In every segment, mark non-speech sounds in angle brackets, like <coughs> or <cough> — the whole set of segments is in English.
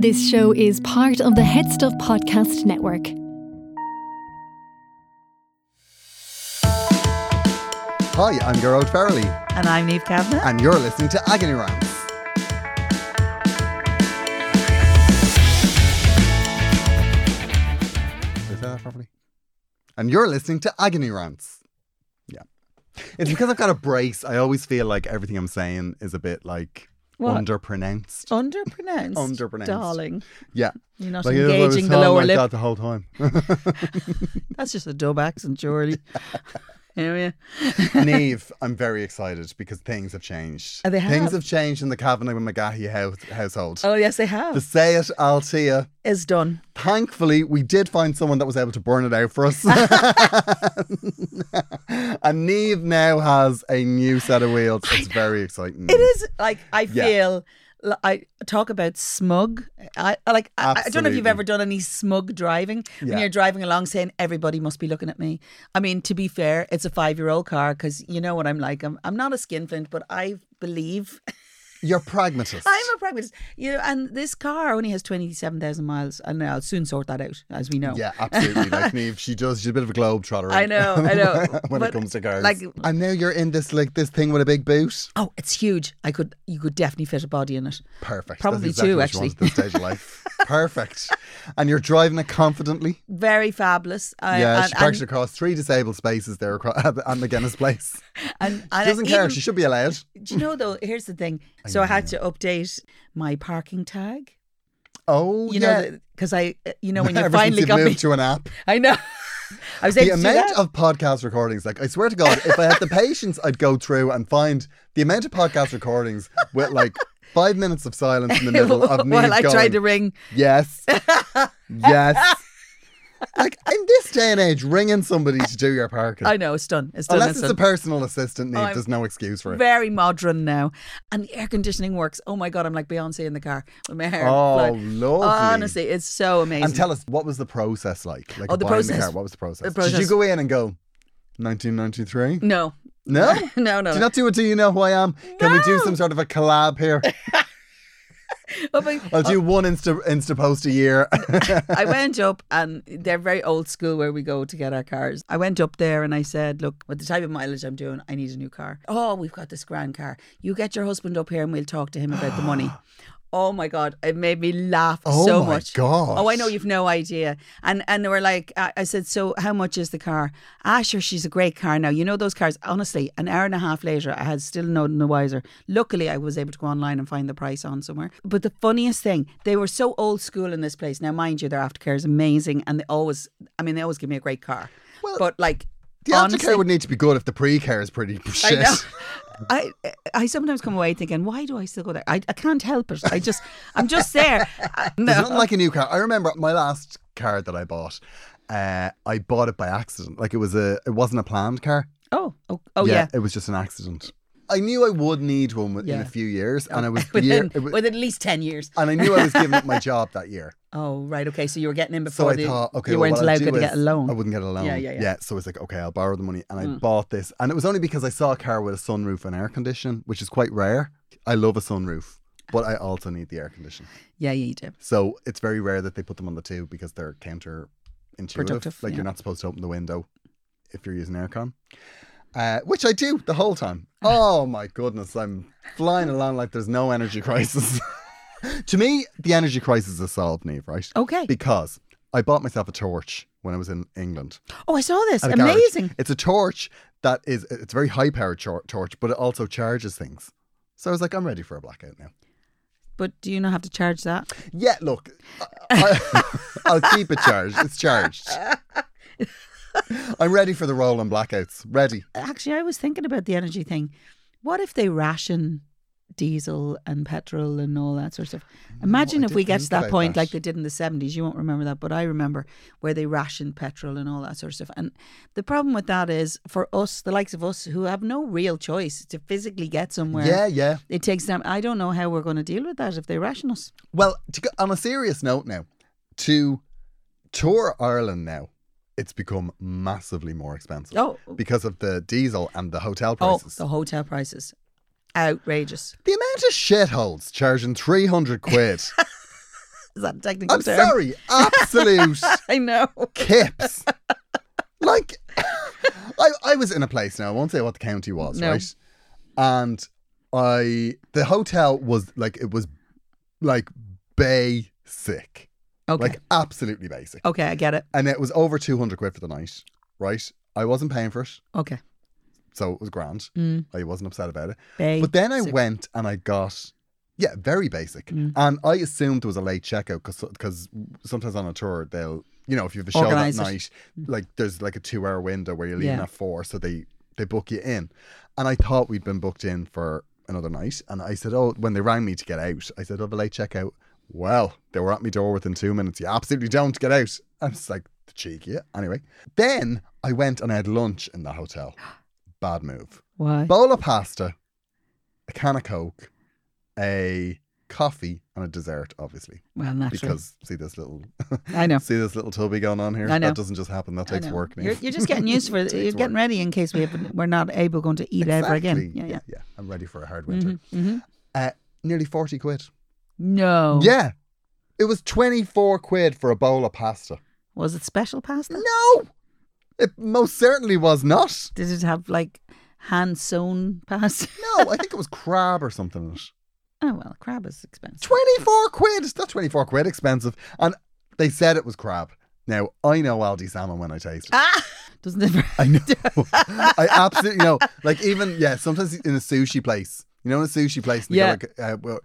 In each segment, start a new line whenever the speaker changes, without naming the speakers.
This show is part of the Head Stuff Podcast Network.
Hi, I'm Gerald Farrelly,
And I'm Neve Kavanagh.
and you're listening to Agony Rants. Did I say that properly? And you're listening to Agony Rants. Yeah. It's because I've got a brace. I always feel like everything I'm saying is a bit like
What?
underpronounced.
<laughs> Underpronounced.
Underpronounced.
Darling.
Yeah.
You're not
Like, if I was
engaging the
telling
lower
like
lip.
that the whole
<laughs>
time.
That's just a dub accent, <laughs> surely. Hear ya?
Neve, I'm very excited because things have changed.
Oh, they
Things
have?
have changed in the Kavanagh and McGahey house- household.
Oh, yes, they
The
have.
Say It Altea
Is done.
Thankfully, we did find someone that was able to burn it out for us. <laughs> and Neve now has a new set of wheels. It's very exciting.
It is like, I
Yeah.
feel. l- I talk about smug. I I like. I, I don't know if you've
Absolutely.
ever done any smug driving
Yeah.
when you're driving along, saying everybody must be looking at me. I mean, to be fair, it's a five-year-old car because you know what I'm like. I'm I'm not a skinflint, but I believe <laughs>
You're pragmatist.
I'm a pragmatist. You know, and this car only has twenty-seven thousand miles, and I'll soon sort that out, as we know.
yeah, absolutely. Like Neve, she does. She's a bit of a globetrotter.
I know, I know.
<laughs> when it
But,
comes to cars,
like-
and now you're in this like this thing with a big boot.
Oh, it's huge. I could you could definitely fit a body in it.
Perfect. That's
Probably
exactly
two,
what you want
actually.
at this stage of life. Perfect. And you're driving it confidently.
Very fabulous. I-
yeah,
and,
she parks
and-
it across three disabled spaces there across, <laughs> at McGinnis Place.
and- and
She doesn't care.
even-
She should be allowed.
do you know though? Here's the thing. So I had to update my parking tag.
Oh,
You
yeah.
know, because I, uh, you know, when
<laughs>
you
Ever since
finally
you've
got
moved
me,
to an app.
<laughs> I know. I was
The
able to do
amount
that.
of podcast recordings, like I swear to God, if I had the patience, I'd go through and find the amount of podcast recordings with like five minutes of silence
<laughs>
in the middle of me
<laughs> while I
going,
tried to ring. <laughs>
yes, yes. Like in this day and age, ringing somebody to do your parking,
I know it's done. It's done.
unless
it's
it's
done.
a personal assistant, Neve,
I'm
there's no excuse for it.
very modern now, and the air conditioning works. Oh my god, I'm like Beyonce in the car <laughs> with my hair.
Oh,
flying.
lovely.
Honestly, it's so amazing.
And tell us, what was the process like? Like
Oh,
of
the
buying
process.
car, what was the process? Did you
process.
go in and go, 1993?
no,
No?
<laughs> no, no.
Do you not do it till you know who I am? Can we do some sort of a collab here?
Oh,
<laughs>
but-
I'll
<laughs>
do one Insta Insta post a year. <laughs>
I went up and they're very old school where we go to get our cars. I went up there and I said, Look, with the type of mileage I'm doing, I need a new car. Oh, we've got this grand car. You get your husband up here and we'll talk to him about
<gasps>
the money. Oh my God, it made me laugh
Oh
so
my
much.
God.
Oh, I know you've no idea. And and they were like, I I said, so how much is the car? Ah, sure, she's a great car now. You know those cars. Honestly, an hour and a half later, I had still no no wiser. Luckily, I was able to go online and find the price on somewhere. But the funniest thing, they were so old school in this place. Now, mind you, their aftercare is amazing, and they always, I mean, they always give me a great car.
Well,
but like.
the
honestly,
aftercare would need to be good if the pre-care is pretty
<laughs> I
shit.
know. I I sometimes come away thinking, why do I still go there? I, I can't help it. I just I'm
<laughs>
just there. I-
<laughs> There's
no.
nothing like a new car. I remember my last car that I bought. Uh, I bought it by accident. Like it was a, it wasn't a planned car.
Oh oh oh yeah.
It was just an accident. I knew I would need one wi- in
Yeah.
a few years, and I was, year,
<laughs> Within,
it was-
within at least ten years.
and I knew I was giving up my job that year.
Oh right, okay. So you were getting in
So
before
I
the,
thought, okay,
you
well,
weren't
what I'll
allowed
do
to
is
get a loan.
I wouldn't get a loan.
Yeah, yeah, Mm. yeah.
so it's like, okay, I'll borrow the money, and I bought this, and it was only because I saw a car with a sunroof and air condition, which is quite rare. I love a sunroof, but I also need the air condition.
Yeah, yeah, you do.
So it's very rare that they put them on the two because they're counter intuitive.
Productive,
Like
yeah.
you're not supposed to open the window if you're using aircon. Uh, which I do
<laughs>
the whole time. Oh my goodness, I'm flying along like there's no energy crisis. <laughs> To me, the energy crisis is solved, Neve, right?
Okay.
Because I bought myself a torch when I was in England.
Oh, I saw this.
at a garage.
Amazing.
It's a torch that is, it's a very high powered chor- torch, but it also charges things. So I was like, I'm ready for a blackout now.
But do you not have to charge that?
Yeah, look, I, <laughs> will keep it charged. It's
<laughs>
charged. I'm ready for the roll on blackouts. Ready.
Actually, I was thinking about the energy thing. What if they ration diesel and petrol and all that sort of stuff? Imagine
I
if we
did
get to
think
that
about
point
that.
like they did in the 70s. You won't remember that, but I remember where they rationed petrol and all that sort of stuff. And the problem with that is for us, the likes of us who have no real choice to physically get somewhere.
Yeah, yeah.
It takes time. I don't know how we're going to deal with that if they ration us.
Well, to go, on a serious note now, to tour Ireland now, it's become massively more expensive.
Oh.
Because of the diesel and the hotel prices.
Oh, the hotel prices. Outrageous.
the amount of shitholes charging 300
<laughs>
quid.
Is that a technical
I'm
term?
sorry, absolute
<laughs> I know.
kips. Like, <laughs> I, I was in a place now, I won't say what the county was,
No.
right? And I, the hotel was like, it was like basic.
Okay. Oh.
Like, absolutely basic.
okay, I get it.
and it was over 200 quid for the night, right? I wasn't paying for it,
Okay.
so it was grand.
Mm.
I wasn't upset about it.
Babe.
But then I went and I got, yeah, very basic.
Mm.
And I assumed there was a late checkout because sometimes on a tour, they'll, you know, if you have a show
Organise it. Mm.
that night, like there's like a two hour window where you're leaving
Yeah.
at four, so they, they book you in. And I thought we'd been booked in for another night. And I said, oh, when they rang me to get out, I said, "I'll have a late checkout. Well, they were at my door within two minutes. You absolutely don't get out. I was like, the cheeky. Anyway, then I went and I had lunch in the
<gasps>
hotel. Bad move
Why?
bowl of pasta, a can of Coke, a coffee, and a dessert, obviously.
well, naturally.
Because see this
<laughs>
little
I know.
see this little tubby going on here?
I know.
That doesn't just happen. That
I
takes
know.
work. Niamh.
You're,
<laughs>
you're just getting used for it. You're
Takes
getting
work.
ready in case we have, we're not able going to eat ever again.
Exactly.
Yeah, yeah.
yeah. I'm ready for a hard winter.
mhm.
Uh, nearly 40 quid.
No.
Yeah. It was 24 quid for a bowl of pasta.
Was it special pasta?
No! It most certainly was not.
Did it have like hand sewn pasta? <laughs>
No, I think it was crab or something. in it.
Oh well, crab is expensive.
24 quid. That's 24 quid expensive. And they said it was crab. Now, I know Aldi salmon when I taste it.
ah, doesn't it? <laughs>
I know. <laughs> I absolutely know. Like, even, yeah, sometimes in a sushi place, you know, in a sushi place, and they
Yeah.
go like, uh, well,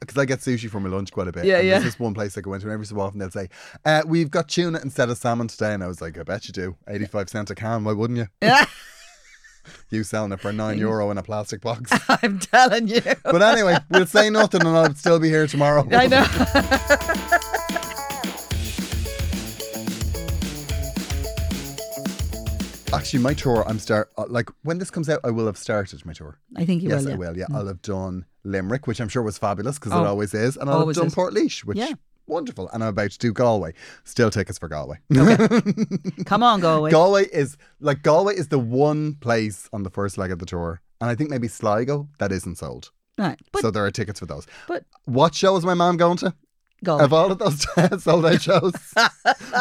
because I get sushi for my lunch quite a bit.
Yeah,
and
yeah.
There's this one place I go into, and every so often they'll say, uh, We've got tuna instead of salmon today. And I was like, I bet you do. 85 cent a can. Why wouldn't you?
Yeah.
<laughs>
<laughs>
You selling it for nine euro in a plastic box.
I'm
<laughs>
telling you.
But anyway, we'll say nothing and I'll still be here tomorrow.
I know.
Actually, my tour, I'm start uh, like when this comes out, I will have started my tour.
I think you
yes,
will. Yeah. Mm.
I will. Yeah, I'll have done Limerick, which I'm sure was fabulous because
Oh,
it always is, and I'll
always
have done
is.
Port Leash, which
Yeah.
wonderful, and I'm about to do Galway. Still tickets for Galway. <laughs>
Come on, go away.
Galway is like Galway is the one place on the first leg of the tour, and I think maybe Sligo that isn't sold.
Right. But
so there are tickets for those.
but Oh.
What show is my mom going to?
go.
Of all of those <laughs> sold out
<laughs>
shows,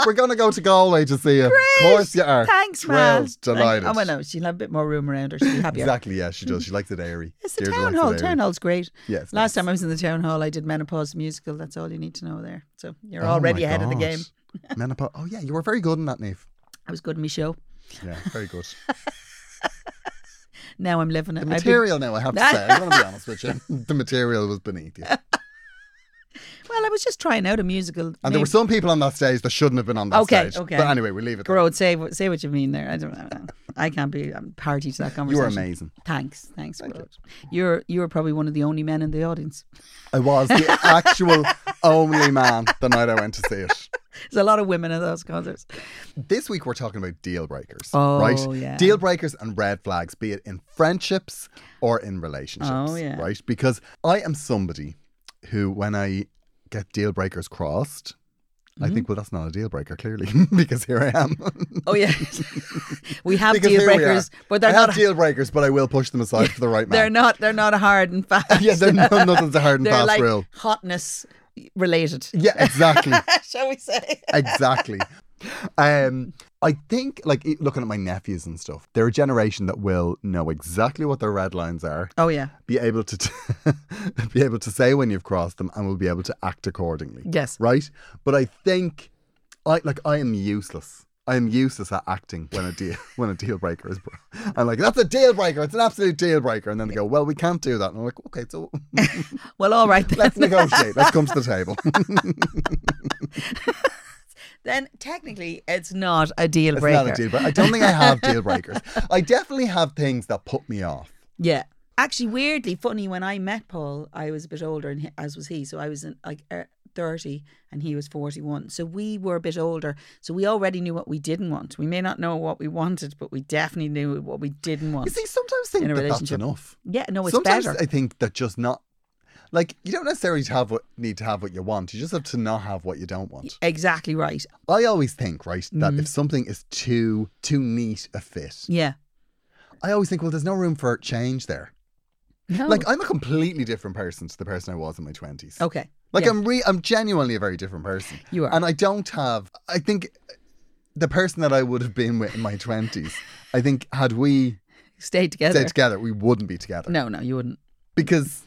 we're going to go to Galway to see you. Of course you are.
Thanks, man.
Thrilled, delighted.
Oh, well, no, she'll have a bit more room around her. She'll be happier.
Exactly, yeah, she does. She likes it airy.
Mm-hmm. It's the
Deirdre
town
likes it
hall.
airy.
Town hall's great.
Yeah, it's nice.
Last time I was in the town hall, I did menopause musical. That's all you need to know there. So you're
Oh
already
my
ahead of the game.
God. Menopause. Oh yeah, you were very good in that, Neve.
I was good in my show.
Yeah, very good.
<laughs> Now I'm living it.
The
I've been-
material now, I have to say, I'm going to be honest with
<laughs>
you. The material was beneath you. And
well, I was just trying out a musical.
there
maybe-
were some people on that stage that shouldn't have been on that
Okay,
stage.
okay.
But anyway, we leave it. There.
Grode, say what- say what you mean there. I don't know. I can't be I'm party to that
You
conversation.
were amazing.
Thanks, thanks, Grode. You're you were probably one of the only men in the audience.
I was
<laughs>
the actual only man the night I went to see it.
There's a lot of women at those concerts.
This week we're talking about deal breakers,
Oh,
right?
yeah.
Deal breakers and red flags, be it in friendships or in relationships,
Oh, yeah.
right? Because I am somebody who, when I get deal breakers crossed,
Mm-hmm.
I think, well, that's not a deal breaker, clearly, <laughs> because here I am.
Oh yeah, <laughs> we
<laughs>
have
because
deal
here we are.
breakers, but they're
I
not.
have deal breakers, but I will push them aside for the right man.
<laughs> they're not. They're not hard and
<laughs>
fast.
yeah,
<laughs>
they're no, nothing's a hard and
they're
fast
like
rule.
hotness related.
<laughs>
<laughs>
Yeah, exactly.
Shall we say?
exactly. Um, I I think, like, e- looking at my nephews and stuff, they're a generation that will know exactly what their red lines are,
Oh yeah.
be able to t- <laughs> be able to say when you've crossed them, and will be able to act accordingly.
Yes.
Right. But I think, I like, I am useless. I am useless at acting when a deal <laughs> when a deal breaker is. bro- I'm like, that's a deal breaker. It's an absolute deal breaker. And then they go, well, we can't do that. And I'm like, okay, so <laughs>
Well, all right then.
let's negotiate. Let's come to the table.
then technically, it's not a deal
It's
breaker.
not a deal breaker. I don't think I
<laughs>
have deal breakers. I definitely have things that put me off.
Yeah. Actually, weirdly funny, when I met Paul, I was a bit older, and he, as was he. So I was in, like uh, 30 and he was 41. So we were a bit older. So we already knew what we didn't want. We may not know what we wanted, but we definitely knew what we didn't want.
You see, sometimes think
In a
that that's
relationship.
enough.
yeah, no, it's
sometimes
better.
I think that just not, like, you don't necessarily have what need to have what you want. You just have to not have what you don't want.
exactly right.
I always think, right, that
Mm-hmm.
if something is too too neat a fit,
Yeah.
I always think, well, there's no room for change there.
No.
Like, I'm a completely different person to the person I was in my twenties.
okay.
Like
Yeah.
I'm re- I'm genuinely a very different person.
You are.
And I don't have I think the person that I would have been with in my 20s, I think had we
Stay together.
stayed together, we wouldn't be together.
No, no, you wouldn't.
Because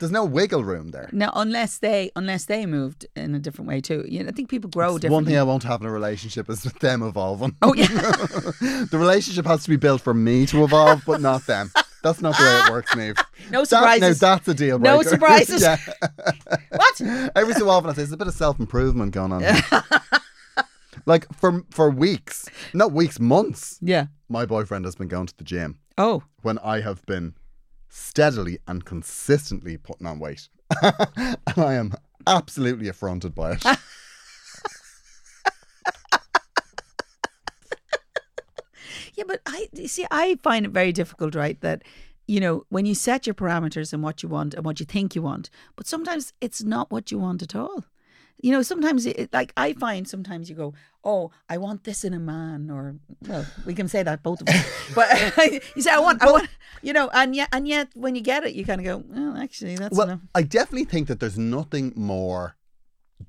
there's no wiggle room there.
No, unless they unless they moved in a different way too. You know, I think people grow
It's
differently.
One thing I won't have in a relationship is them evolving.
oh
<laughs>
yeah. <laughs>
the relationship has to be built for me to evolve, but not them. That's not the way it works, Neve.
<laughs> No
That, now
surprises.
that's a deal breaker. <laughs>
No surprises.
yeah.
what?
Every so often, I say there's a bit of self improvement going on.
<laughs>
here." like for for weeks, not weeks, months.
Yeah.
my boyfriend has been going to the gym
Oh.
when I have been steadily and consistently putting on weight. <laughs> and I am absolutely affronted by
<laughs>
it.
Yeah, but I you see. I find it very difficult, right? That you know when you set your parameters and what you want and what you think you want, but sometimes it's not what you want at all. You know, sometimes it, like I find sometimes you go, "Oh, I want this in a man," or well, we can say that both of <laughs> us. but you say, "I want, I want," you know, and yet, and yet, when you get it, you kind of go, "Well, actually, that's
well,
enough."
I definitely think that there's nothing more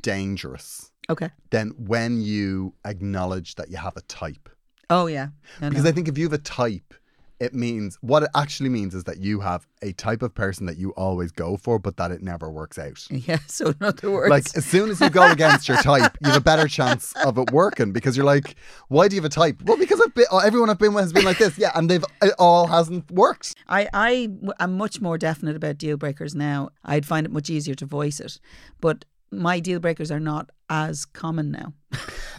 dangerous
Okay.
than when you acknowledge that you have a type.
Oh yeah. No,
Because
no.
I think if you have a type, it means what it actually means is that you have a type of person that you always go for, but that it never works out.
<laughs> yeah. So in other words,
Like uh, as soon as you go against your type, you have a better chance of it working because you're like, why do you have a type? Well, because I've been, oh, everyone I've been with has been like this, yeah, and they've it all hasn't worked.
I, I w- am much more definite about deal breakers now. I'd find it much easier to voice it, but my deal breakers are not as common now.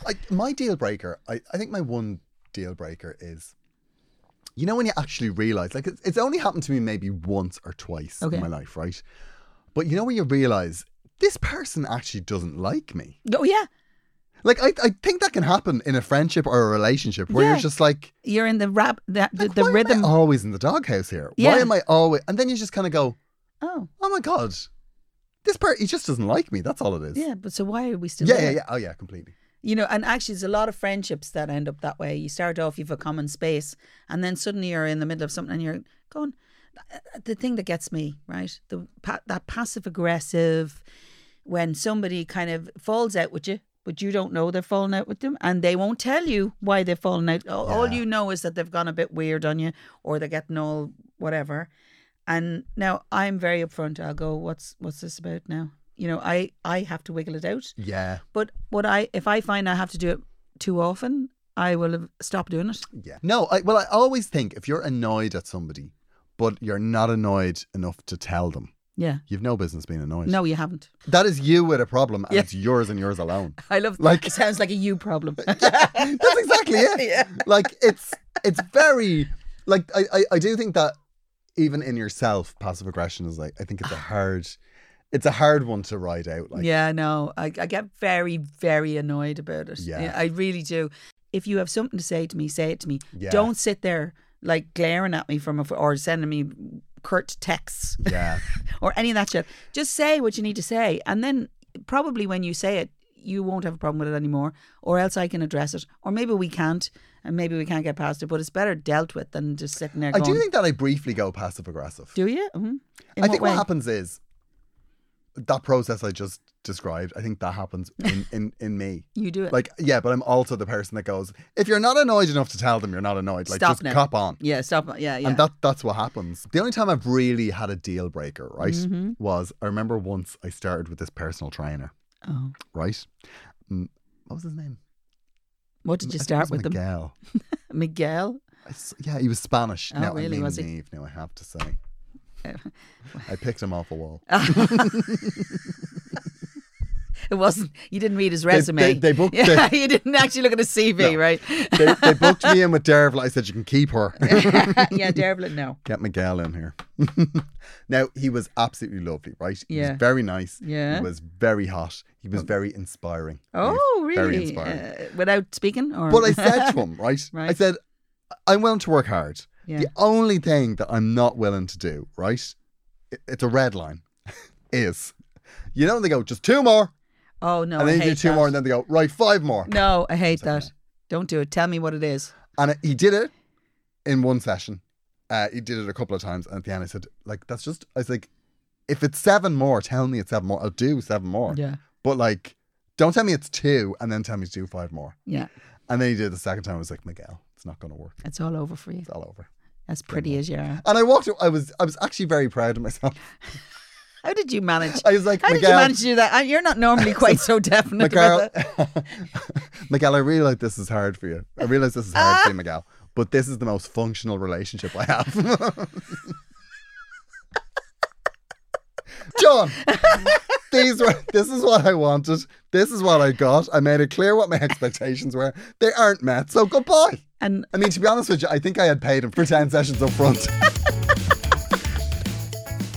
I, my deal breaker, I, I think my one deal breaker is, you know, when you actually realize, like, it's, it's only happened to me maybe once or twice
Okay.
in my life, right? But you know, when you realize this person actually doesn't like me,
Oh yeah,
like, I, I think that can happen in a friendship or a relationship where
Yeah.
you're just like,
you're in the rap the, the,
like,
the
why
rhythm.
Am I always in the doghouse here.
Yeah.
Why am I always? And then you just kind of go,
oh
oh my god, this part he just doesn't like me. That's all it is.
yeah, but so why are we still?
yeah,
there?
yeah, yeah. Oh yeah, completely.
You know, and actually, there's a lot of friendships that end up that way. You start off, you've a common space, and then suddenly you're in the middle of something, and you're going. The thing that gets me right, the pa- that passive aggressive, when somebody kind of falls out with you, but you don't know they're falling out with them, and they won't tell you why they're falling out. All, all you know is that they've gone a bit weird on you, or they're getting all whatever. And now I'm very upfront. I'll go, what's what's this about now? You know, I I have to wiggle it out.
Yeah,
But what I if I find I have to do it too often, I will have stopped doing it.
yeah. No, I, well, I always think if you're annoyed at somebody, but you're not annoyed enough to tell them,
Yeah.
you've no business being annoyed.
No, you haven't.
that is you with a problem, and
Yeah.
it's yours and yours
<laughs>
alone.
I love
Like-
it sounds like a
<laughs>
you problem.
That's exactly
<laughs>
it. Like it's it's very like I, I I do think that even in yourself, passive aggression is like I think it's a hard it's a hard one to ride out. Like
yeah, no. I, I get very, very annoyed about it.
Yeah.
I really do. If you have something to say to me, say it to me.
Yeah.
Don't sit there like glaring at me from a, or sending me curt texts <laughs>
yeah.
or any of that shit. Just say what you need to say. And then probably when you say it, you won't have a problem with it anymore, or else I can address it. Or maybe we can't, and maybe we can't get past it, but it's better dealt with than just sitting there
I
going,
do think that I briefly go passive aggressive.
Do you? hmm In
I think
way?
what happens is that process I just described, I think that happens
<laughs>
in, in, in me.
You do it.
Like, yeah, but I'm also the person that goes, if you're not annoyed enough to tell them you're not annoyed, like
Stop
just
now.
cop on.
yeah, stop. Yeah, yeah.
And that that's what happens. The only time I've really had a deal breaker, right,
Mm-hmm.
was I remember once I started with this personal trainer,
oh.
right? Mm, what was his name?
What did you
I think it
start
was
with them?
Miguel.
Miguel?
I s- yeah, he was Spanish.
Oh,
now, I
really,
mean
was he?
naive now, I have to
<laughs>
say. I picked him off a wall.
It wasn't. You didn't read his
they-
resume.
they booked
<laughs> Yeah, you didn't actually look at his CV,
No. <laughs>
right? <laughs>
they, they booked me in with Dervla. I said, you can keep her. <laughs>
yeah, Dervlin, no.
Get Miguel in here. <laughs> now, he was absolutely lovely, right? He
Yeah.
was very nice.
Yeah.
He was very hot. He was very inspiring.
Oh,
Very
really?
inspiring.
Uh, without speaking, or
But I said to him, right? I
Right.
said, I'm willing to work hard.
Yeah.
The only thing that I'm not willing to do, right? i- It's a red line, <laughs> is, you know, when they go, just two more.
<laughs> "Oh no,"
and
I
then you do
hate
two
that.
more, and then they go, right, five more.
No, I hate that. Don't do it. Tell me what it is.
And it- he did it in one session. Uh, he did it a couple of times. And at the end, I said, like, that's just, I was like, if it's seven more, tell me it's seven more. I'll do seven more.
Yeah,
But like, don't tell me it's two and then tell me to do five more.
yeah.
And then he did it the second time. I was like, Miguel, it's not going to work.
It's all over for you.
It's all over.
As pretty as you are.
And I walked, I was, I was actually very proud of myself. <laughs>
How did you manage?
I was like,
How did you
Miguel-
manage to do that? Uh, You're not
<laughs>
normally quite so <laughs> definite.
Miguel,
about that.
<laughs> Miguel, I realize this is hard for you. I realize this is hard for you, Miguel. But this is the most functional relationship I have. <laughs> John, these were. This is what I wanted. This is what I got. I made it clear what my expectations were. They aren't met, so goodbye.
And
I mean, to be honest with you, I think I had paid him for 10 sessions up front. <laughs>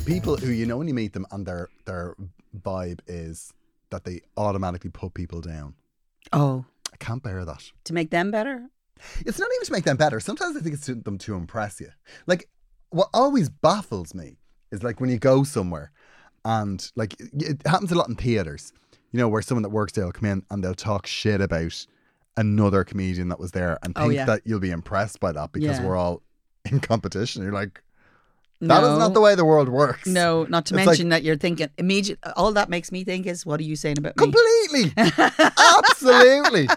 people who you know when you meet them and their their vibe is that they automatically put people down.
oh,
I can't bear that.
to make them better.
It's not even to make them better. Sometimes I think it's to them to impress you. Like what always baffles me is like when you go somewhere and like it- it happens a lot in theaters. You know, where someone that works there will come in and they'll talk shit about another comedian that was there and
Oh,
think
yeah.
that you'll be impressed by that because
Yeah.
we're all <laughs> in competition. You're like, that is
No.
not the way the world works.
No, not to
It's like-
mention that you're thinking immediate. All that makes me think is, what are you saying about me? <laughs>
Completely. Absolutely.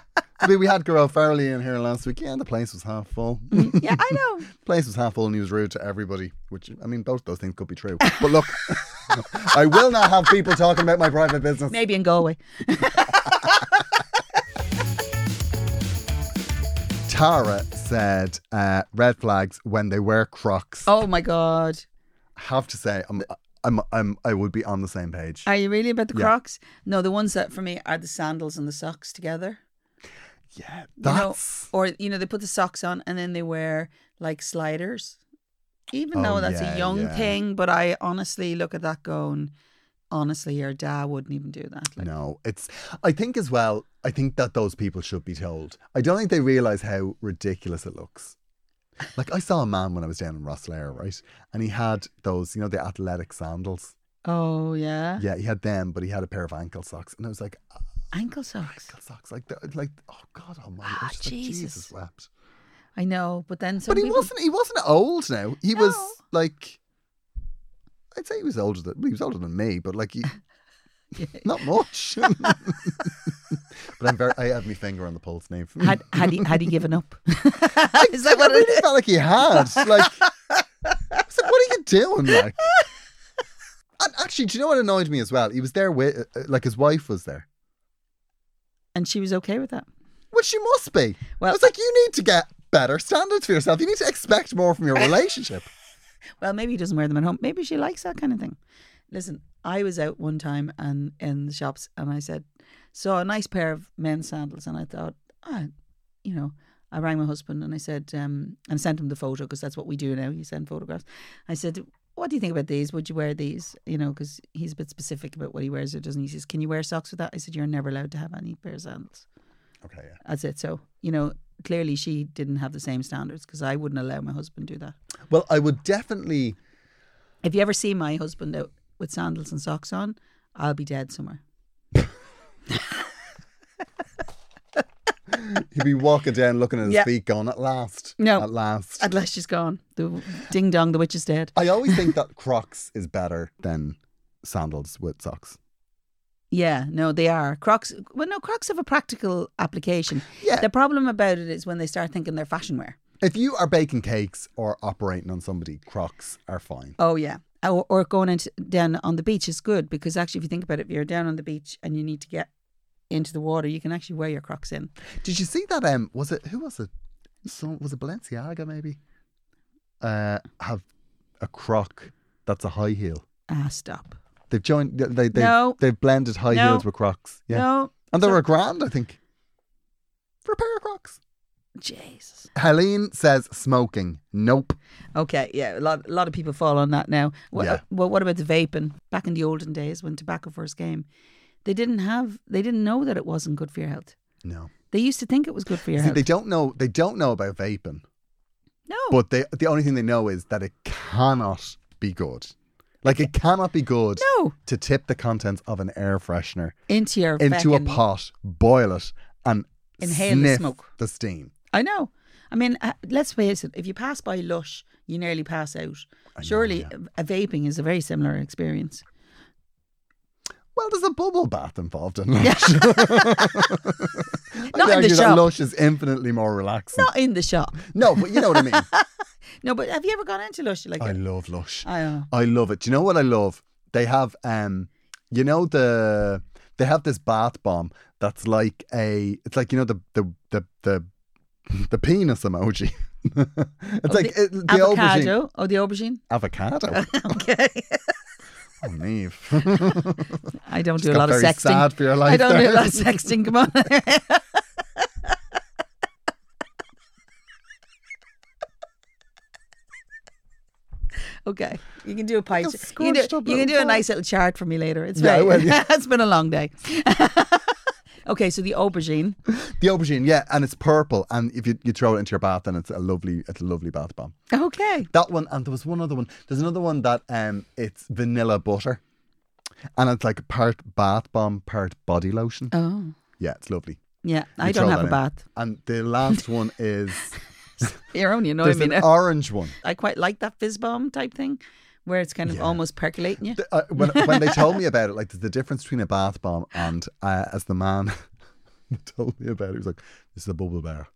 I mean, we had Gerald Farley in here last week. Yeah, and the place was half full.
yeah, I
<laughs>
know.
place was half full and he was rude to everybody, which, I mean, both those things could be true. But look, <laughs> I will not have people talking about my private business.
Maybe in Galway.
Tara said uh, red flags when they wear Crocs.
Oh my God.
I have to say, I'm, I'm, I'm, I would be on the same page.
Are you really about the
Yeah.
Crocs? No, the ones that for me are the sandals and the socks together.
yeah,
You know,
that's.
or you know, they put the socks on and then they wear like sliders. Even
Oh,
though that's
yeah,
a young
yeah.
thing, but I honestly look at that going, honestly, your dad wouldn't even do that. Like,
No, it's. I think as well. I think that those people should be told. I don't think they realize how ridiculous it looks. Like I saw a man when I was down in Rosslare, right? And he had those, you know, the athletic sandals.
Oh yeah.
Yeah, he had them, but he had a pair of ankle socks, and I was like,
Ankle socks.
ankle socks, like, they're- like, oh God Almighty! I
Ah,
was just like,
Jesus.
Jesus wept.
I know, but then some
But he
people-
wasn't. He wasn't old now. He was
No.
like, I'd say he was older than he was older than me, but
<laughs>
like he, not much. <laughs> but I'm very. I have my finger on the pulse, Nave.
<laughs> had had he had he given up? <laughs> Is that what
<laughs> I
it
really
is?
felt like he had. Like, I was like, what are you doing?
<laughs>
Like, and actually, do you know what annoyed me as well? He was there with, uh, like, his wife was there.
And she was okay with that.
Well, she must be. Well, I
Well-
was like, you need to get better standards for yourself. You need to expect more <laughs> from your relationship.
Well, maybe he doesn't wear them at home. Maybe she likes that kind of thing. Listen, I was out one time and in the shops, and I said, saw a nice pair of men's sandals, and I thought, ah, you know, I rang my husband and I said, um, and sent him the photo because that's what we do now. You send photographs. I said, what do you think about these? Would you wear these? You know, because he's a bit specific about what he wears or doesn't. He says, can you wear socks with that? I said, you're never allowed to have any pair of sandals.
okay, yeah.
That's it. So you know, clearly she didn't have the same standards because I wouldn't allow my husband to do that.
Well, I would definitely.
If you ever see my husband out with sandals and socks on, I'll be dead somewhere.
He'd be walking down, looking at his
Yeah.
feet, going, "At last,
No.
at last."
Unless she's gone. The ding dong, the witch is dead.
I always think that Crocs is better than sandals with socks.
Yeah, no, they are. Crocs, well, no, Crocs have a practical application.
Yeah.
The problem about it is when they start thinking they're fashion wear.
If you are baking cakes or operating on somebody, Crocs are fine.
Oh, yeah. Or, or going into, down on the beach is good because actually, if you think about it, if you're down on the beach and you need to get into the water, you can actually wear your Crocs in.
Did you see that? Um, was it who was it? Some was it Balenciaga maybe? Uh, have a croc that's a high heel.
Ah, stop.
They've joined. They they they've,
No.
they've blended high
No.
heels with crocs. Yeah,
No.
and they
so-
were a grand, I think, for a pair of crocs.
Jesus.
Helene says smoking. Nope.
Okay, yeah, a lot, a lot of people fall on that now. Well,
Yeah.
well, what about the vaping? Back in the olden days when tobacco first came, they didn't have, they didn't know that it wasn't good for your health.
No.
They used to think it was good for your
See,
health.
they don't know. They don't know about vaping,
no,
but they the only thing they know is that it cannot be good. Like it cannot be good
no,
to tip the contents of an air freshener
into your
into a
feckin-
pot, boil it, and
Inhale the
sniff
smoke.
the steam.
I know. I mean, uh, let's face it. If you pass by Lush, you nearly pass out.
know,
Surely,
yeah.
a vaping is a very similar experience.
Well, there's a bubble bath involved in
<laughs>
Lush. I'd
Not in the
argue that
shop.
Lush is infinitely more relaxing.
Not in the shop.
No, but you know what
<laughs>
I mean.
No, but have you ever gone into Lush? Like,
I love Lush.
I know.
I love it. Do you know what I love? They have, um, you know the they have this bath bomb that's like a. It's like you know the the the the, the penis emoji. <laughs> it's like
Oh, the
it, the aubergine
avocado. Oh, the aubergine.
avocado.
<laughs> Okay.
oh, Neve.
<laughs> I don't
Just
do a
got
lot of
very
sexting.
sad for your
I
life
don't do
there.
a lot of sexting. Come on. <laughs> okay, you can do a pie.
Like a
ch- You can, do,
scorched up
you can
little
do a
pie.
nice little chart for me later. It's
Yeah, I
very,
will, yeah.
<laughs> it's been a long day. okay, so the aubergine.
The aubergine, yeah, and it's purple. And if you, you throw it into your bath, then it's a lovely, it's a lovely bath bomb.
Okay.
That one, and there was one other one. There's another one that um, it's vanilla butter, and it's like part bath bomb, part body lotion.
Oh,
Yeah, it's lovely.
yeah.
You
I
throw
don't have
that
a
in.
bath.
And the last one
<laughs>
is
You're only annoying
there's
me
an
now.
orange one.
I quite like that fizz bomb type thing, where it's kind of
Yeah.
almost percolating you.
The- uh, when, when they told
<laughs>
me about it, like there's the difference between a bath bomb and uh, as the man <laughs> told me about it, he was like, "This is a bubble bear,"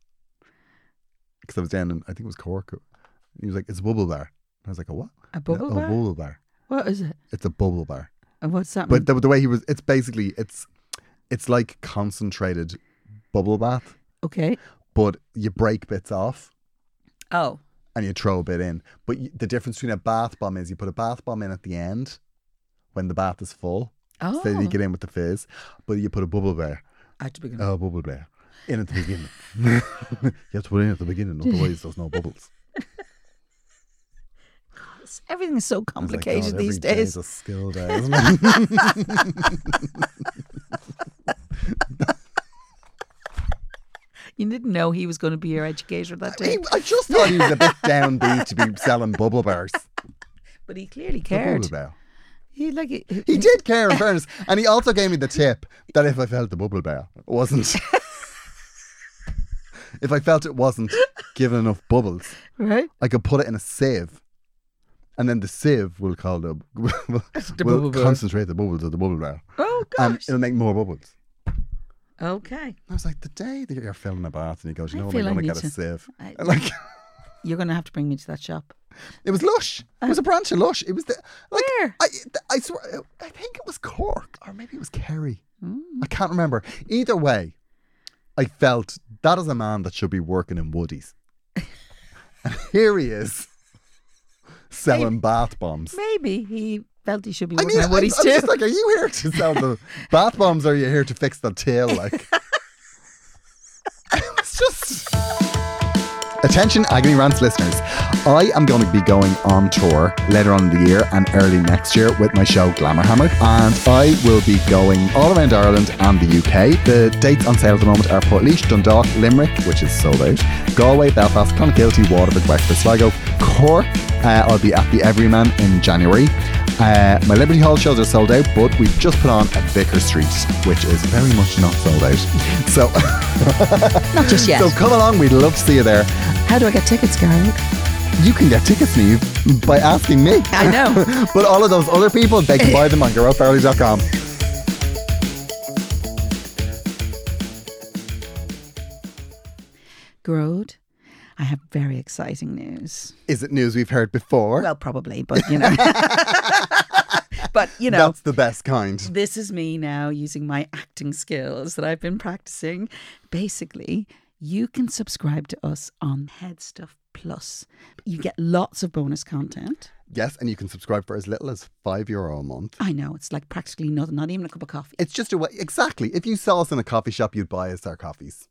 because I was down in I think it was Cork. He was like, "It's a bubble bear." And I was like, "A what?"
A bubble
"No,
bar.
A bubble bear.
What is it?
It's a bubble bar.
And what's that? mean?
But the, the way he was, it's basically it's it's like concentrated bubble bath,
okay.
but you break bits off
Oh,
and you throw a bit in. But you, the difference between a bath bomb is you put a bath bomb in at the end when the bath is full,
oh.
so you get in with the fizz. But you put a bubble bear,
At the beginning.
a bubble bear, in at the beginning. <laughs> you have to put it in at the beginning, otherwise there's no bubbles.
It's- Everything's so
It's like, God,
complicated
every
these
day's
days.
a skill day, isn't
<laughs>
it? <laughs>
You didn't know he was going to be your educator that day,
He- I just thought he was a bit downbeat to be selling bubble bears.
but he clearly
It's a bubble
cared.
bear.
He like he,
He did care, in fairness, and he also gave me the tip that if I felt the bubble bear wasn't, if I felt it wasn't giving enough bubbles,
right.
I could put it in a sieve, and then the sieve will call the, <laughs> will,
bubble bear.
concentrate the bubbles of the bubble bear,
Oh
Um, and
gosh.
it'll make more bubbles.
okay.
And I was like, the day that you're filling a bath and you go, "Do you
I
know, what, I'm
feel I
gonna
need
get
to-
a sieve.
I-
And <laughs> like
You're going to have to bring me to that shop.
it was lush. It was a branch of lush. It was the like
Uh. Where?
I I swear I think it was Cork or maybe it was Kerry.
Mm.
I can't remember. Either way, I felt that is a man that should be working in
<laughs>
Woodies. and here he is selling bath bombs.
Maybe he felt he should be
I
working
mean,
on what he's
I'm, I'm
doing.
just like, are you here to sell the bath bombs or are you here to fix the tail?
<laughs>
Like, it's just. Attention, Agony Rants listeners. I am going to be going on tour later on in the year and early next year with my show Glamour Hammer. And I will be going all around Ireland and the UK. The dates on sale at the moment are Portleash, Dundalk, Limerick, which is sold out, Galway, Belfast, Clonakilty, Waterford, Wexford, Sligo, Cork. Uh, I'll be at the Everyman in January. Uh, my Liberty Hall shows are sold out, but we've just put on at Vicker Street, which is very much not sold out. So, <laughs>
Not just yet.
so come along, we'd love to see you there.
How do I get tickets, Garlic?
You can get tickets, Neve, by asking me.
I know. <laughs>
<laughs> but all of those other people, they can buy them on GarotFarley.com.
Grode, I have very exciting news.
Is it news we've heard before?
Well, probably, but
<laughs>
you know. <laughs> but you know,
That's the best kind.
this is me now using my acting skills that I've been practicing. Basically, you can subscribe to us on Head Stuff Plus. You get lots of bonus content.
Yes, and you can subscribe for as little as five euro a month.
I know it's like practically not, not even a cup of coffee.
It's just a way, exactly. If you saw us in a coffee shop, you'd buy us our coffees.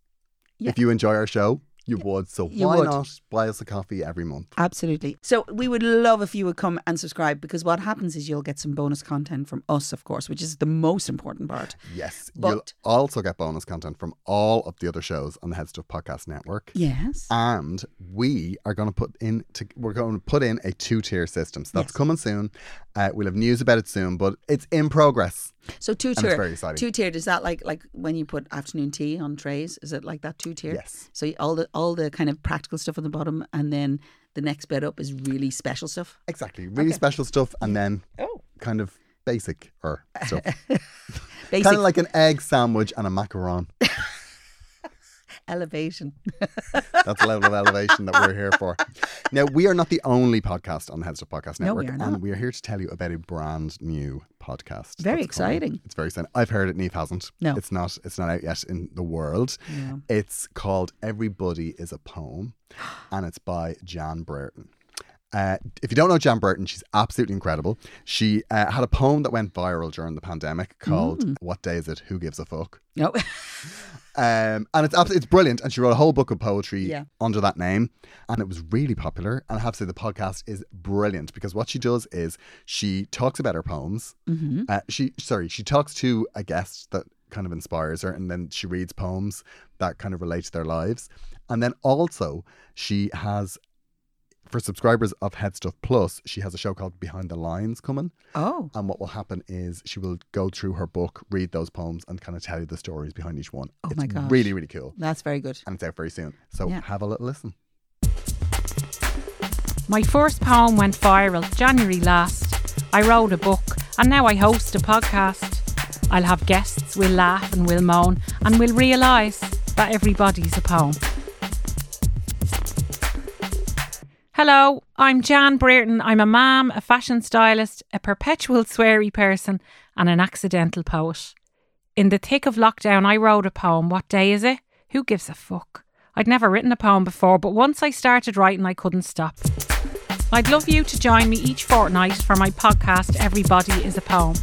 Yeah.
If you enjoy our show, you would. So
you
why
would.
not buy us a coffee every month?
Absolutely. So we would love if you would come and subscribe because what happens is you'll get some bonus content from us, of course, which is the most important part.
Yes. you'll
But-
also get bonus content from all of the other shows on the Head Stuff Podcast Network.
Yes.
And we are going to put in to, we're going to put in a two tier system. So that's
Yes.
coming soon. Uh, we'll have news about it soon, but it's in progress.
So two
it's very
tier,
exciting.
two tiered. Is that like like when you put afternoon tea on trays? Is it like that two tier?
Yes.
So you- all the all the kind of practical stuff on the bottom, and then the next bed up is really special stuff.
Exactly. Really special stuff, and then
Oh,
kind of basic or stuff.
basic
kind of like an egg sandwich and a macaron.
elevation. <laughs>
That's the level of elevation that we're here for. Now, we are not the only podcast on the Heads Up Podcast
No,
Network,
we are
and
not.
we are here to tell you about a brand new podcast.
Very
that's coming.
exciting.
It's very exciting. I've heard it. Neve hasn't.
No.
it's not. It's not out yet in the world.
No.
It's called "Everybody Is a Poem,"
<gasps>
and it's by Jan Burton. Uh, if you don't know Jan Burton, she's absolutely incredible. She uh, had a poem that went viral during the pandemic called
Mm.
"What Day Is It? Who Gives a Fuck."
No.
Um, and it's absolutely it's brilliant. And she wrote a whole book of poetry
Yeah.
under that name, and it was really popular. And I have to say, the podcast is brilliant because what she does is she talks about her poems.
hmm
Uh, she sorry, she talks to a guest that kind of inspires her, and then she reads poems that kind of relate to their lives. And then also she has. For subscribers of Head Stuff Plus, she has a show called Behind the Lines coming.
Oh,
And what will happen is she will go through her book, read those poems, and kind of tell you the stories behind each one.
Oh
it's
my gosh.
Really, really cool.
that's very good.
And it's out very soon. So
Yeah.
have a little listen.
My first poem went viral January last. I wrote a book and now I host a podcast. I'll have guests, we'll laugh and we'll moan, and we'll realise that everybody's a poem. Hello, I'm Jan Brereton. I'm a mam, a fashion stylist, a perpetual sweary person, and an accidental poet. In the thick of lockdown, I wrote a poem. What day is it? Who gives a fuck? I'd never written a poem before, but once I started writing, I couldn't stop. I'd love you to join me each fortnight for my podcast, Everybody is a Poem,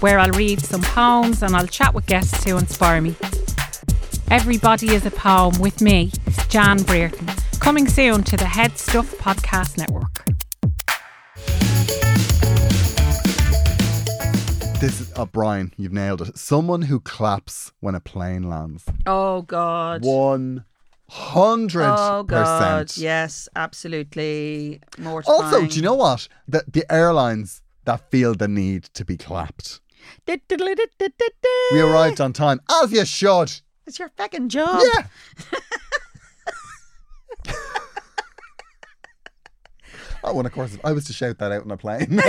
where I'll read some poems and I'll chat with guests who inspire me. Everybody is a Poem with me, Jan Brereton, coming soon to the Head Stuff Podcast Network.
This is, oh, Brian, you've nailed it. Someone who claps when a plane lands.
Oh God.
100%.
Oh God. Yes, absolutely. More.
Also, do you know what? The, the airlines that feel the need to be clapped. We arrived on time, as you should.
It's your fucking job.
Yeah. oh, and of course, if I was to shout that out on a
<laughs>
plane,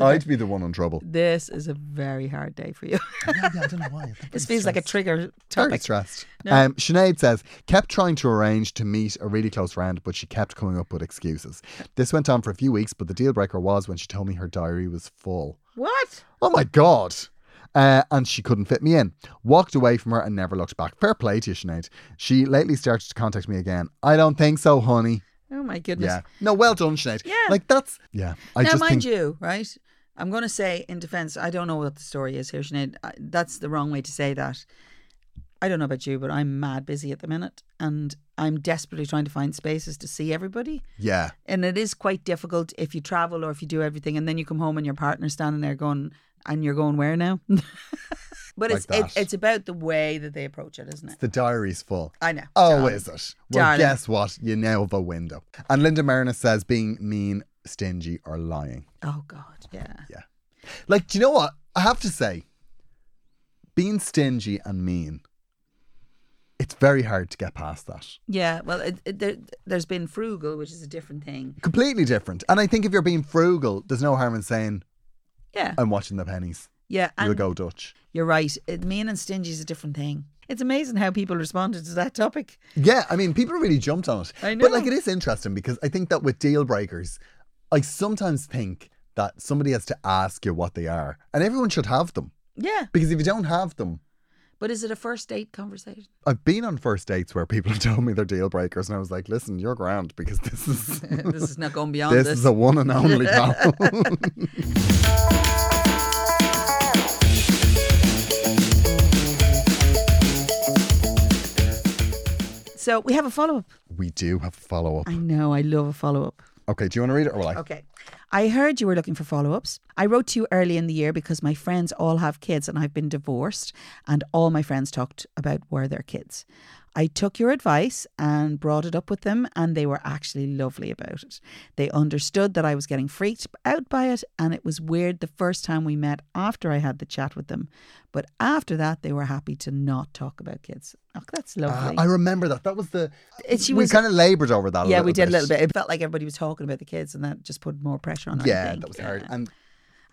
<laughs> I'd be the one in trouble.
This is a very hard day for you. <laughs>
Yeah, yeah, I don't know why. I'm
this
very
feels like a
stressed.
trigger
Very
topic.
stressed. Um, Sinead says, kept trying to arrange to meet a really close friend, but she kept coming up with excuses. This went on for a few weeks, but the deal breaker was when she told me her diary was full.
What?
Oh my God. Uh, and she couldn't fit me in. Walked away from her and never looked back. Fair play to you, Sinead. She lately started to contact me again. I don't think so, honey.
Oh my goodness.
Yeah. No, well done, Sinead.
Yeah.
Like, that's. Yeah. I
now,
just
mind
think.
you, right? I'm going to say in defense, I don't know what the story is here, Sinead. I- That's the wrong way to say that. I don't know about you, but I'm mad busy at the minute and I'm desperately trying to find spaces to see everybody.
Yeah.
And it is quite difficult if you travel or if you do everything and then you come home and your partner's standing there going, and you're going where now? <laughs> but it's,
Like
it's
that.
it's about the way that they approach it, isn't it?
The diary's full.
I know.
Oh,
Darling.
is it? Well,
Darling.
guess what? You now have a window. And Linda Mariner says being mean, stingy, or lying.
Oh God, yeah.
Like, do you know what? I have to say, being stingy and mean, it it's very hard to get past that.
Yeah, well, it, it, there, there's been frugal, which is a different thing.
Completely different. And I think if you're being frugal, there's no harm in saying,
Yeah,
I'm watching the pennies.
yeah,
You'll
and
go Dutch.
you're right. It, mean and stingy is a different thing. It's amazing how people responded to that topic.
Yeah, I mean, people really jumped on it.
I
But like,
know.
it is interesting because I think that with deal breakers, I sometimes think that somebody has to ask you what they are, and everyone should have them
Yeah,
because if you don't have them,
but is it a first date conversation?
I've been on first dates where people <laughs> have told me they're deal breakers, and I was like, "Listen, you're grand because this is
<laughs> this is not going beyond
<laughs> this
this.
is a one and
<laughs>
only pal."
so we have a follow up.
<laughs> we do have a follow up.
I know. I love a follow up.
Okay, do you want to read it or will I?
Okay. I heard you were looking for follow ups. I wrote to you early in the year because my friends all have kids and I've been divorced, and all my friends talked about were their kids. I took your advice and brought it up with them, and they were actually lovely about it. They understood that I was getting freaked out by it, and it was weird the first time we met after I had the chat with them. But after that, they were happy to not talk about kids. Oh, that's
Ah,
lovely.
I remember that. That was the.
It- she
we
was-
kind of laboured over that. A
yeah,
little
we did
bit.
a little bit. It felt like everybody was talking about the kids, and that just put more pressure on. her, I
Yeah,
think.
that was hard.
Yeah.
And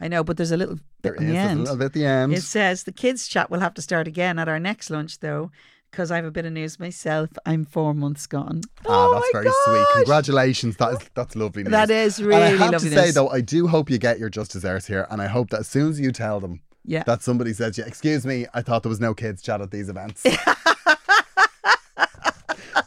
I know, but there's a little
there
bit in
is
the
a
end.
little bit at the end.
It says the kids' chat will have to start again at our next lunch, though, because I have a bit of news myself. I'm four months gone.
Ah,
Oh
that's
my
very sweet.
gosh!
Congratulations. That is, that's lovely news.
That is
And I
really
have
lovely
to say,
news.
though, I do hope you get your just desserts here. And I hope that as soon as you tell them
Yeah.
that somebody says, yeah, Excuse me, I thought there was no kids chat at these events.
<laughs>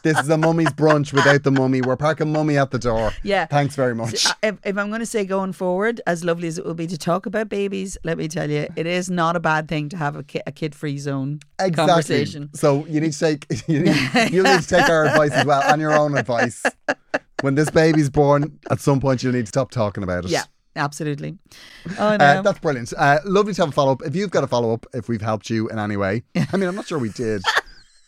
this is a mummy's brunch without the mummy. We're parking mummy at the door.
Yeah.
Thanks very much.
So, uh, if, if I'm going to say going forward, as lovely as it will be to talk about babies, let me tell you, it is not a bad thing to have a, ki- a kid-free zone conversation.
So you need to take <laughs> you
<laughs>
need, you need to take our advice as well and your own advice. When this baby's born, at some point you'll need to stop talking about it.
Yeah, absolutely.
<laughs>
Oh no,
Uh, that's brilliant. Uh, lovely to have a follow up. If you've got a follow up, if we've helped you in any way, I mean, I'm not sure we
<laughs>
did.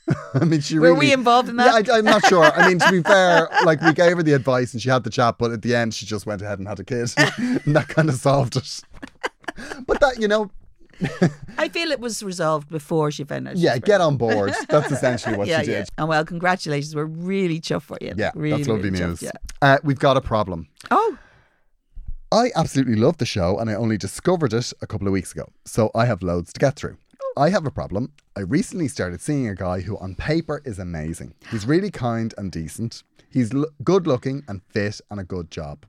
<laughs> I mean, she
were
really,
we involved in that?
Yeah, I, I'm not sure. I mean, to be fair, like we gave her the advice and she had the chat, but at the end, she just went ahead and had a
<laughs>
kid, <laughs> and that kind of solved it. But that, you know,
I feel it was resolved before she found out. she
yeah,
was
get on board. That's essentially what
<laughs> yeah,
she
yeah.
did.
And well, congratulations. We're really chuffed for you.
Yeah,
really,
that's lovely
really
news.
chuffed, yeah.
uh, we've got a problem.
Oh,
I absolutely love the show and I only discovered it a couple of weeks ago, so I have loads to get through. I have a problem. I recently started seeing a guy who, on paper, is amazing. He's really kind and decent. He's l- good looking and fit and a good job.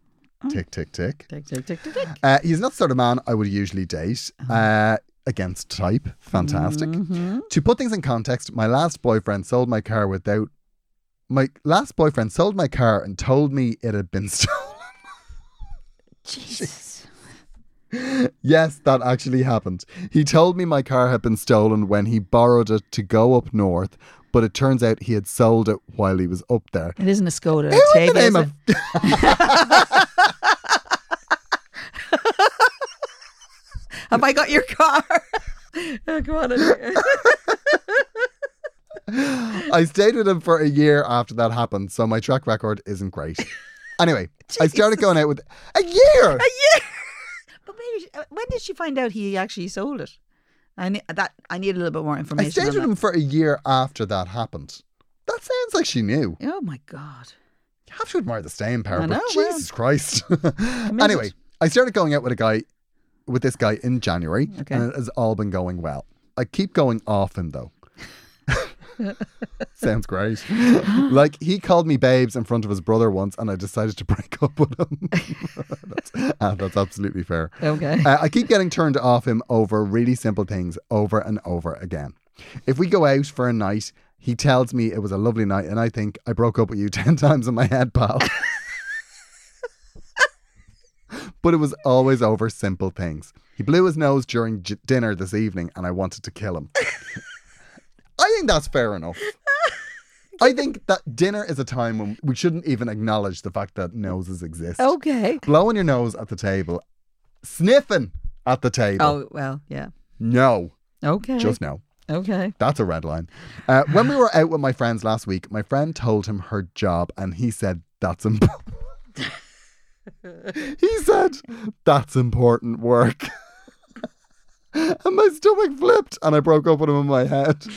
Tick, tick, tick.
tick, tick, tick, tick, tick.
Uh, he's not the sort of man I would usually date.
Uh-huh.
Uh, against type. Fantastic.
Mm-hmm.
To put things in context, my last boyfriend sold my car without. My last boyfriend sold my car and told me it had been <laughs> stolen.
Jesus.
<laughs> Yes, that actually happened. He told me my car had been stolen when he borrowed it to go up north, but it turns out he had sold it while he was up there.
It isn't a Skoda.
Who in the
Octavia,
name
is it?
of-
Have I got your car? <laughs> oh, go on. Olivia.
I stayed with him for a year after that happened, so my track record isn't
<laughs>
great. Anyway, I started going out with a year.
<laughs> but maybe, she- uh, when did she find out he actually sold it? I need that. I need a little bit more
I
information.
stayed
on
with
that.
him for a year after that happened. That sounds like she knew.
Oh my god.
You have to admire the staying
I
power,
know,
but
well.
Jesus Christ. <laughs> anyway, I started going out with a guy, with this guy in January,
Okay.
and it has all been going well. I keep going off him
<laughs>
though. Sounds great. like he called me babes in front of his brother once, and I decided to break up with him. that's, <laughs> ah, that's absolutely fair.
Okay.
Uh, I keep getting turned off him over really simple things over and over again. If we go out for a night, he tells me it was a lovely night, and I think I broke up with you <laughs> 10 times in my head, pal. <laughs> but it was always over simple things. He blew his nose during j- dinner this evening, and I wanted to kill him. I think that's fair enough. I think that dinner is a time when we shouldn't even acknowledge the fact that noses exist
Okay.
blowing your nose at the table, sniffing at the table.
Oh well, yeah.
No,
Okay.
just no.
okay.
That's a red line. Uh, when we were out with my friends last week, my friend told him her job, and he said, That's important. <laughs> he said, That's important work. <laughs> and my stomach flipped, and I broke up with him in my head. <laughs>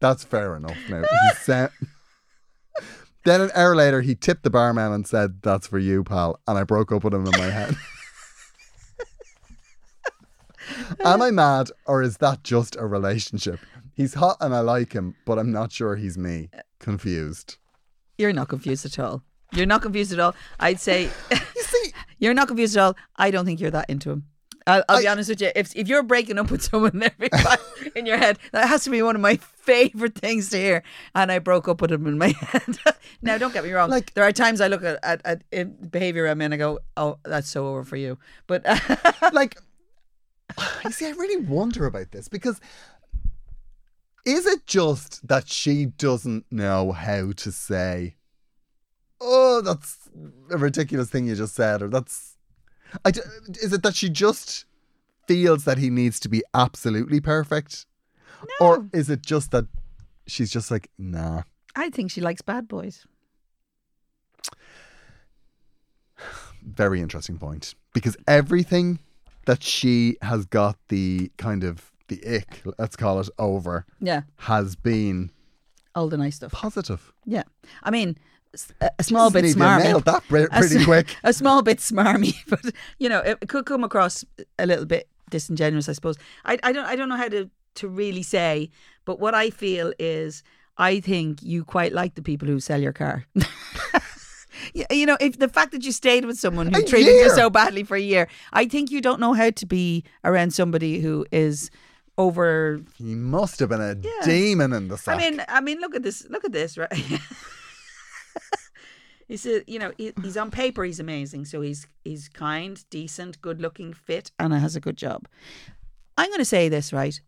That's fair enough. Now he sent. <laughs> Then an hour later, he tipped the barman and said, "That's for you, pal." And I broke up with him in my head. <laughs> Am I mad, or is that just a relationship? He's hot and I like him, but I'm not sure he's me. Confused.
You're not confused at all. You're not confused at all. I'd say <laughs> you're not confused at all. I don't think you're that into him. I'll, I'll be honest with you. If if you're breaking up with someone <laughs> every time in your head, that has to be one of my favorite things to hear. And I broke up with him in my <laughs> head. now, don't get me wrong.
Like-
Like there are times I look at at, at in- behavior I'm in and go, "Oh, that's so over for you." But <laughs>
like you see i really wonder about this because is it just that she doesn't know how to say oh that's a ridiculous thing you just said or that's I d- is it that she just feels that he needs to be absolutely perfect or is it just that she's just like nah
I think she likes bad boys.
very interesting point because everything that she has got the kind of the ick let's call it over
Yeah,
has been
all the nice stuff.
positive.
Yeah, I mean, s- a a small bit
Olivia
smarmy.
nailed that pre-
A <laughs>
pretty
s-
quick.
A small bit smarmy, <laughs> but you know, it, it could come across a little bit disingenuous, I suppose. I, I don't, I don't know how to to really say, but what I feel is, I think you quite like the people who sell your car. <laughs> Y- You know, if the fact that you stayed with someone who
A
treated you
year.
so badly for a year, I think you don't know how to be around somebody who is over
He must have been a demon in the sack.
I mean, I mean, look at this. Look at this, right? <laughs> he said, you know, he, he's on paper, he's amazing. So he's he's kind, decent, good-looking, fit, and has a good job. I'm going to say this, right?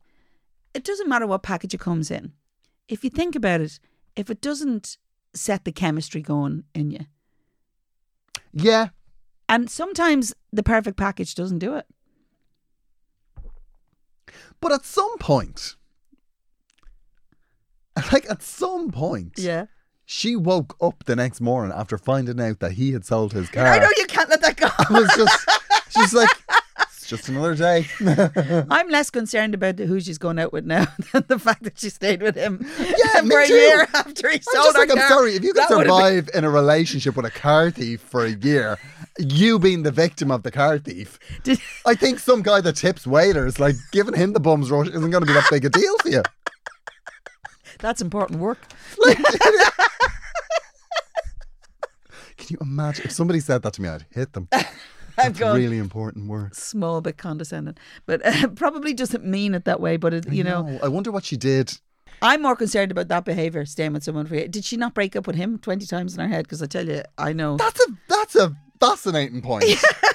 It doesn't matter what package it comes in. If you think about it, if it doesn't set the chemistry going in you,
yeah,
and sometimes the perfect package doesn't do it.
but at some point, like at some point, she woke up the next morning after finding out that he had sold his car.
I know you can't let that go.
I was just, she's like, it's just another day.
I'm less concerned about who she's going out with now <laughs> than the fact that she stayed with him
Yeah, me
<laughs> for a
too.
year after he
I'm
sold
just
her
like, I'm
car.
sorry, if you can
That would've been-
survive in a relationship with a car thief for a year, you being the victim of the car thief,
<laughs> Did-
I think some guy that tips waiters, like giving him the bum's rush, isn't going to be that big a deal for you.
That's important work.
Can you imagine? If somebody said that to me, I'd hit
<laughs>
them.
I'm
That's
going
really important work.
small bit condescending, but <laughs> uh, probably doesn't mean it that way. But it, you know,
I wonder what she did.
I'm more concerned about that behavior staying with someone for a year. Did she not break up with him 20 times in her head? Because I tell you, I know.
That's a that's a fascinating point.
<laughs>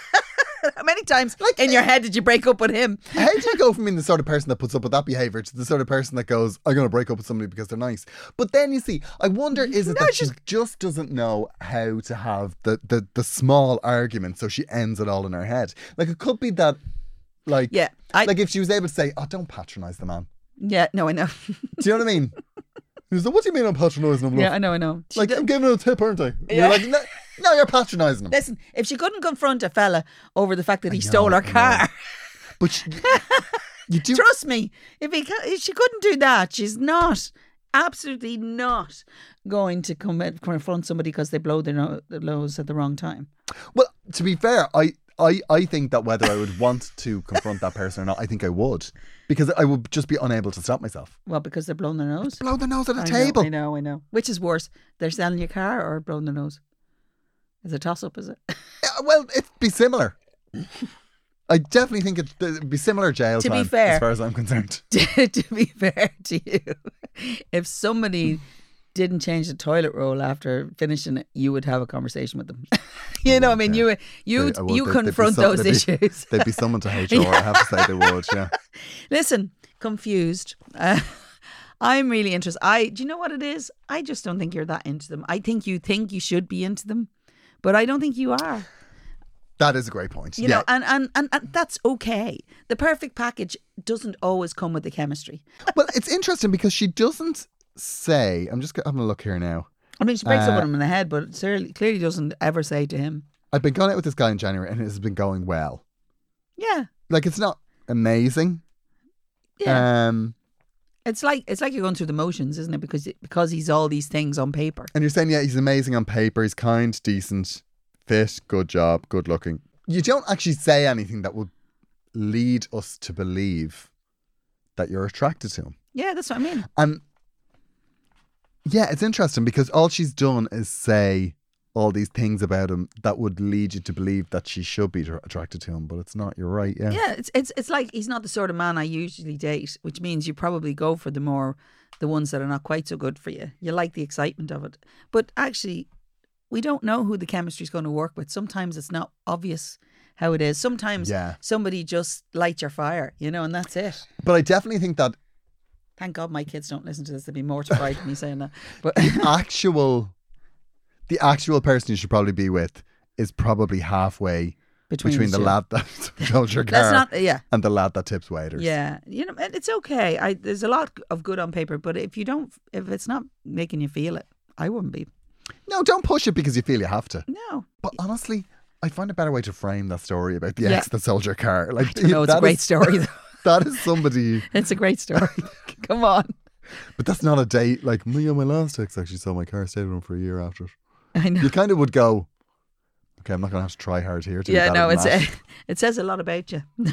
How many times in your head did you break up with him?
How do you go from being the sort of person that puts up with that behavior to the sort of person that goes, I'm going to break up with somebody because they're nice? But then you see, I wonder is it that she just doesn't know how to have the, the, the small argument, so she ends it all in her head. Like, it could be that, like,
Yeah, I-
like if she was able to say, Oh, don't patronize the man.
Yeah, no, I know. <laughs>
Do you know what I mean? He was like, What do you mean I'm patronizing him? love?"
yeah, I know, I know. She
Like,
did-
I'm giving him a tip, aren't I? And You're like, no, no, you're patronizing him.
Listen, if she couldn't confront a fella over the fact that he stole her car,
But she,
<laughs>
you do
Trust me, if, he, ca- if she couldn't do that, she's not, absolutely not going to come at- confront somebody because they blow their, no- their nose at the wrong time.
Well, to be fair, I, I, I think that whether I would want to confront that person or not, I think I would. Because I would just be unable to stop myself.
Well, because they're blowing their nose.
Blow the nose at a
I know,
table.
I know, I know. Which is worse, they're selling your car or blowing their nose? It's a toss up, is it? <laughs>
Yeah, well, it'd be similar. <laughs> I definitely think it'd, it'd be similar jail
To be
time
fair.
as far as I'm concerned.
to to be fair to you, if somebody didn't change the toilet roll after finishing it, you would have a conversation with them. <laughs> you know, I mean, you you
They- I would- they'd- they'd
you
be
confront
some-
those
they'd be-
issues.
They'd be someone to HR, I have to say they would,
<laughs>
yeah.
Listen, confused. Uh, <laughs> I'm really interested. I do you know what it is? I just don't think you're that into them. I think you think you should be into them, but I don't think you are.
That is a great point.
You
yeah.
know, and, and and and that's okay. The perfect package doesn't always come with the chemistry.
well, it's interesting because she doesn't say, I'm just go- having a look here now.
I mean, she breaks up
Uh,
with him in the head, but certainly, clearly doesn't ever say to him,
I've been going out with this guy in January and it has been going well.
"Yeah,
Like, it's not amazing.
yeah."
Um,
It's like it's like you're going through the motions, isn't it? Because because he's all these things on paper.
And you're saying, yeah, he's amazing on paper. He's kind, decent, fit, good job, good looking. You don't actually say anything that would lead us to believe that you're attracted to him.
Yeah, that's what I mean.
And yeah, it's interesting because all she's done is say all these things about him that would lead you to believe that she should be tr- attracted to him, but it's not. You're right. Yeah.
Yeah, it's it's it's like he's not the sort of man I usually date, which means you probably go for the more the ones that are not quite so good for you. You like the excitement of it, but actually, we don't know who the chemistry's going to work with. Sometimes it's not obvious how it is. Sometimes
Yeah.
somebody just lights your fire, you know, and that's it.
But I definitely think that <coughs>
Thank God my kids don't listen to this; they'd be mortified at me saying that.
<laughs>
But
actual, the actual person you should probably be with is probably halfway
between,
between, the
two.
lad that <laughs> sold your car
That's not yeah.
and the lad that tips waiters.
Yeah, you know, and it's okay. I there's a lot of good on paper, but if you don't, if it's not making you feel it, I wouldn't be.
No, don't push it because you feel you have to.
No,
But honestly, I find a better way to frame that story about the
Yeah.
ex that sold your car. Like,
I don't know. It's a
that
great
is- <laughs>
story. Though.
That is somebody,
It's a
<laughs>
great story. <laughs> Come on,
but that's not a date. Like me and my last ex actually sold my car, stayed with him for a year after it.
I know.
You kind of would go, okay, I'm not going to have to try hard here. To be
Yeah,
better
no,
than
it's
that."
<laughs> it says a lot about you.
Oh.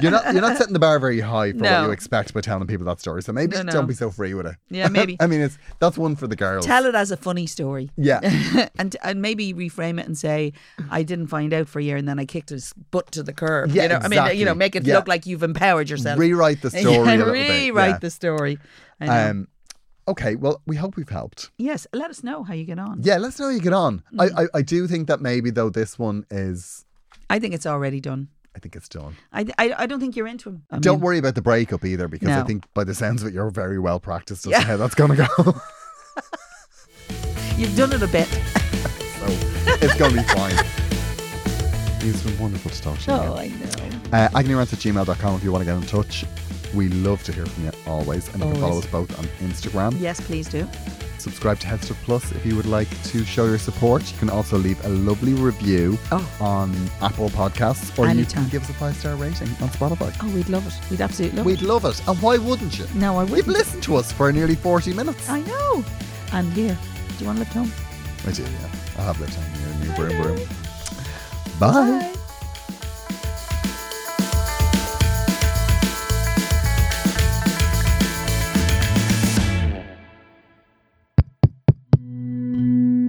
you're not you're not setting the bar very high for
No.
what you expect by telling people that story. So maybe
No, no.
don't be so free with it.
Yeah, maybe.
<laughs> I mean, it's that's one for the girls.
Tell it as a funny story. <laughs>
yeah, <laughs>
and and maybe reframe it and say, I didn't find out for a year, and then I kicked his butt to the curb.
Yeah,
you know, I mean, you know,
exactly.
make it
Yeah.
look like you've empowered yourself. <laughs>
rewrite the story a
Yeah,
little bit.
rewrite
yeah.
the story. I know.
Um, okay, well, we hope we've helped.
yes, let us know how you get on.
Yeah, let's know how you get on.
Hmm.
I, I I do think that maybe though this one is,
I think it's already done.
I think it's done.
I, I, I don't think you're into him. I
Don't
mean,
worry about the breakup either, because I
No.
think by the sounds of it, you're very well practiced as
Yeah.
to how that's
<laughs>
going to go.
You've done it a bit.
so it's going to be fine. It's been wonderful to talk to you. again.
I know.
Uh, agonyrant at gmail.com if you want to get in touch. We love to hear from you always. And you can follow
Always.
us both on Instagram.
Yes, please do.
Subscribe to Headstuff Plus if you would like to show your support. You can also leave a lovely review
Oh.
on Apple Podcasts or you
Anytime.
can give us a five star rating on Spotify.
Oh, we'd love it. We'd absolutely love
We'd
it.
love it. And why wouldn't you?
No, I
You've
wouldn't.
listened to us for nearly 40 minutes.
I know. And here, do you want to lift home?
I do, yeah. I'll have that time here in your broom broom. Bye.